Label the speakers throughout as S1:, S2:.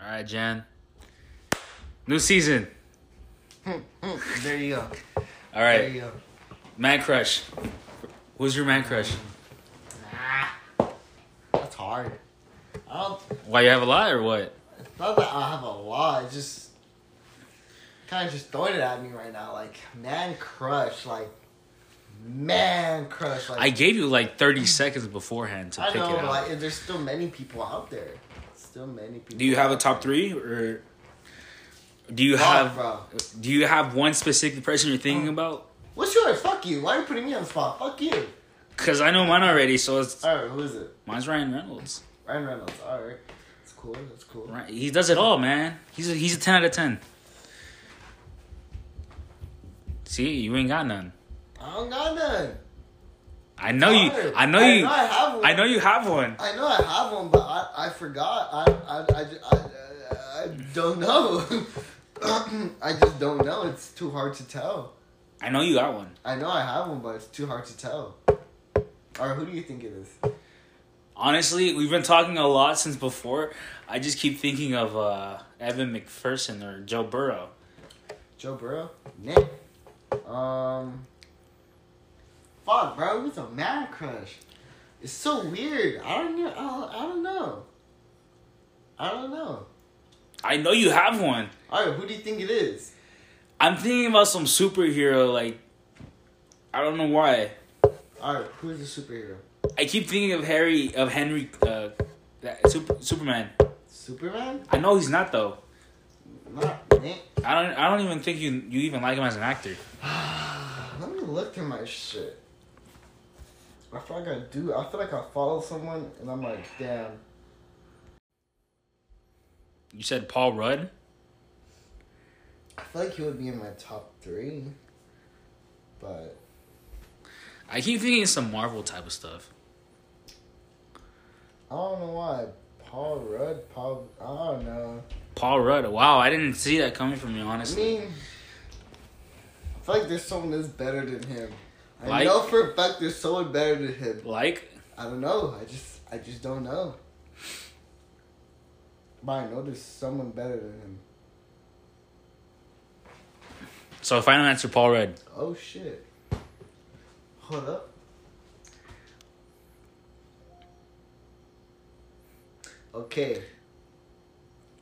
S1: All right, Jan. New season.
S2: Mm. There you go.
S1: All
S2: There you
S1: right,
S2: go.
S1: man crush. Who's your man crush?
S2: Nah, that's hard. I don't.
S1: Why you have a lie or what?
S2: It's not that I have a lot. It's just kind of just throwing it at me right now. Like man crush. Like man crush. Like
S1: I gave you like 30 seconds beforehand to
S2: I
S1: pick
S2: know.
S1: it
S2: but,
S1: out.
S2: Like there's still many people out there. Still many people.
S1: do you have a
S2: out
S1: top three or do you
S2: there.
S1: have
S2: Fuck, bro? Oh.
S1: do you have one specific person you're thinking about?
S2: What's yours? Fuck you. Why are you putting me on the spot? Fuck you.
S1: Cause I know mine already, so it's
S2: All right, who is it?
S1: mine's Ryan Reynolds.
S2: Ryan Reynolds. All right, that's cool. That's cool.
S1: Right, he does it all, man. He's a, he's a ten out of ten. See, you ain't got none.
S2: I don't got none.
S1: I know you.
S2: Tired.
S1: I know
S2: I
S1: you.
S2: know I have one.
S1: I know you have one.
S2: I know I have one, but I, I forgot. I I, I, I, I don't know. I just don't know. It's too hard to tell.
S1: I know you got one.
S2: I know I have one, but it's too hard to tell. Or who do you think it is?
S1: Honestly, we've been talking a lot since before. I just keep thinking of uh, Evan McPherson or Joe Burrow.
S2: Joe Burrow? Nick? Um. Fuck, bro. Who's a man crush? It's so weird. I don't know. I don't, I don't know. I don't know.
S1: I know you have one.
S2: All right, who do you think it is?
S1: I'm thinking about some superhero. Like, I don't know why.
S2: All right, who's the superhero?
S1: I keep thinking of Harry of Henry, uh, that, super, Superman.
S2: Superman?
S1: I know he's not though.
S2: Not Nick.
S1: I don't. I don't even think you you even like him as an actor.
S2: Let me look through my shit. I feel like I do. I feel like I follow someone and I'm like, damn.
S1: You said Paul Rudd.
S2: I feel like he would be in my top three. But
S1: I keep thinking some Marvel type of stuff.
S2: I don't know why. Paul Rudd, Paul. I don't know.
S1: Paul Rudd. Wow, I didn't see that coming from you,
S2: I
S1: honestly.
S2: mean, I feel like there's someone that's better than him. I
S1: Like?
S2: know for a fact there's someone better than him.
S1: Like,
S2: I don't know. I just, I just don't know. But I know there's someone better than him.
S1: so final answer, Paul Rudd.
S2: Oh shit. Hold up. Okay.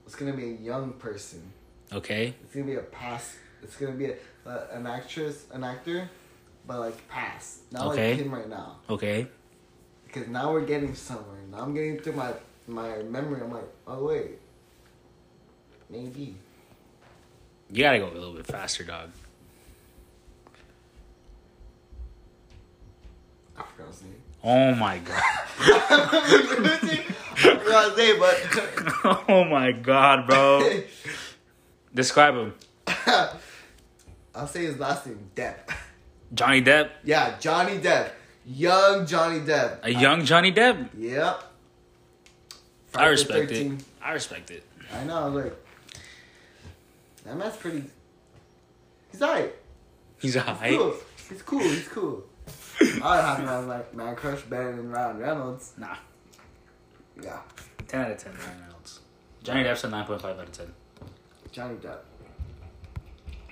S2: It's gonna be a young person.
S1: Okay.
S2: It's gonna be a past. It's gonna be a, a, an actress, an actor, but like past. Not
S1: Okay.
S2: like him right now.
S1: Okay.
S2: Because now we're getting somewhere. Now I'm getting through my my memory. I'm like, oh wait, maybe.
S1: You gotta go a little bit faster, dog.
S2: I forgot his name.
S1: Oh my god.
S2: I forgot his name, but
S1: oh my god, bro. Describe him.
S2: I'll say his last name, Depp.
S1: Johnny Depp.
S2: Yeah, Johnny Depp. Young Johnny Depp.
S1: A young Johnny Depp.
S2: Yep.
S1: I
S2: Friday
S1: respect it.
S2: 13.
S1: I respect it.
S2: I know, I was like, that man's pretty. He's alright.
S1: He's a
S2: He's
S1: hype.
S2: cool. He's cool. He's cool. I would have him as like man crush better than Ryan Reynolds.
S1: Nah.
S2: Yeah,
S1: Ten out of ten, Ryan Reynolds. Johnny Depp's a nine point five out of ten.
S2: Johnny Depp.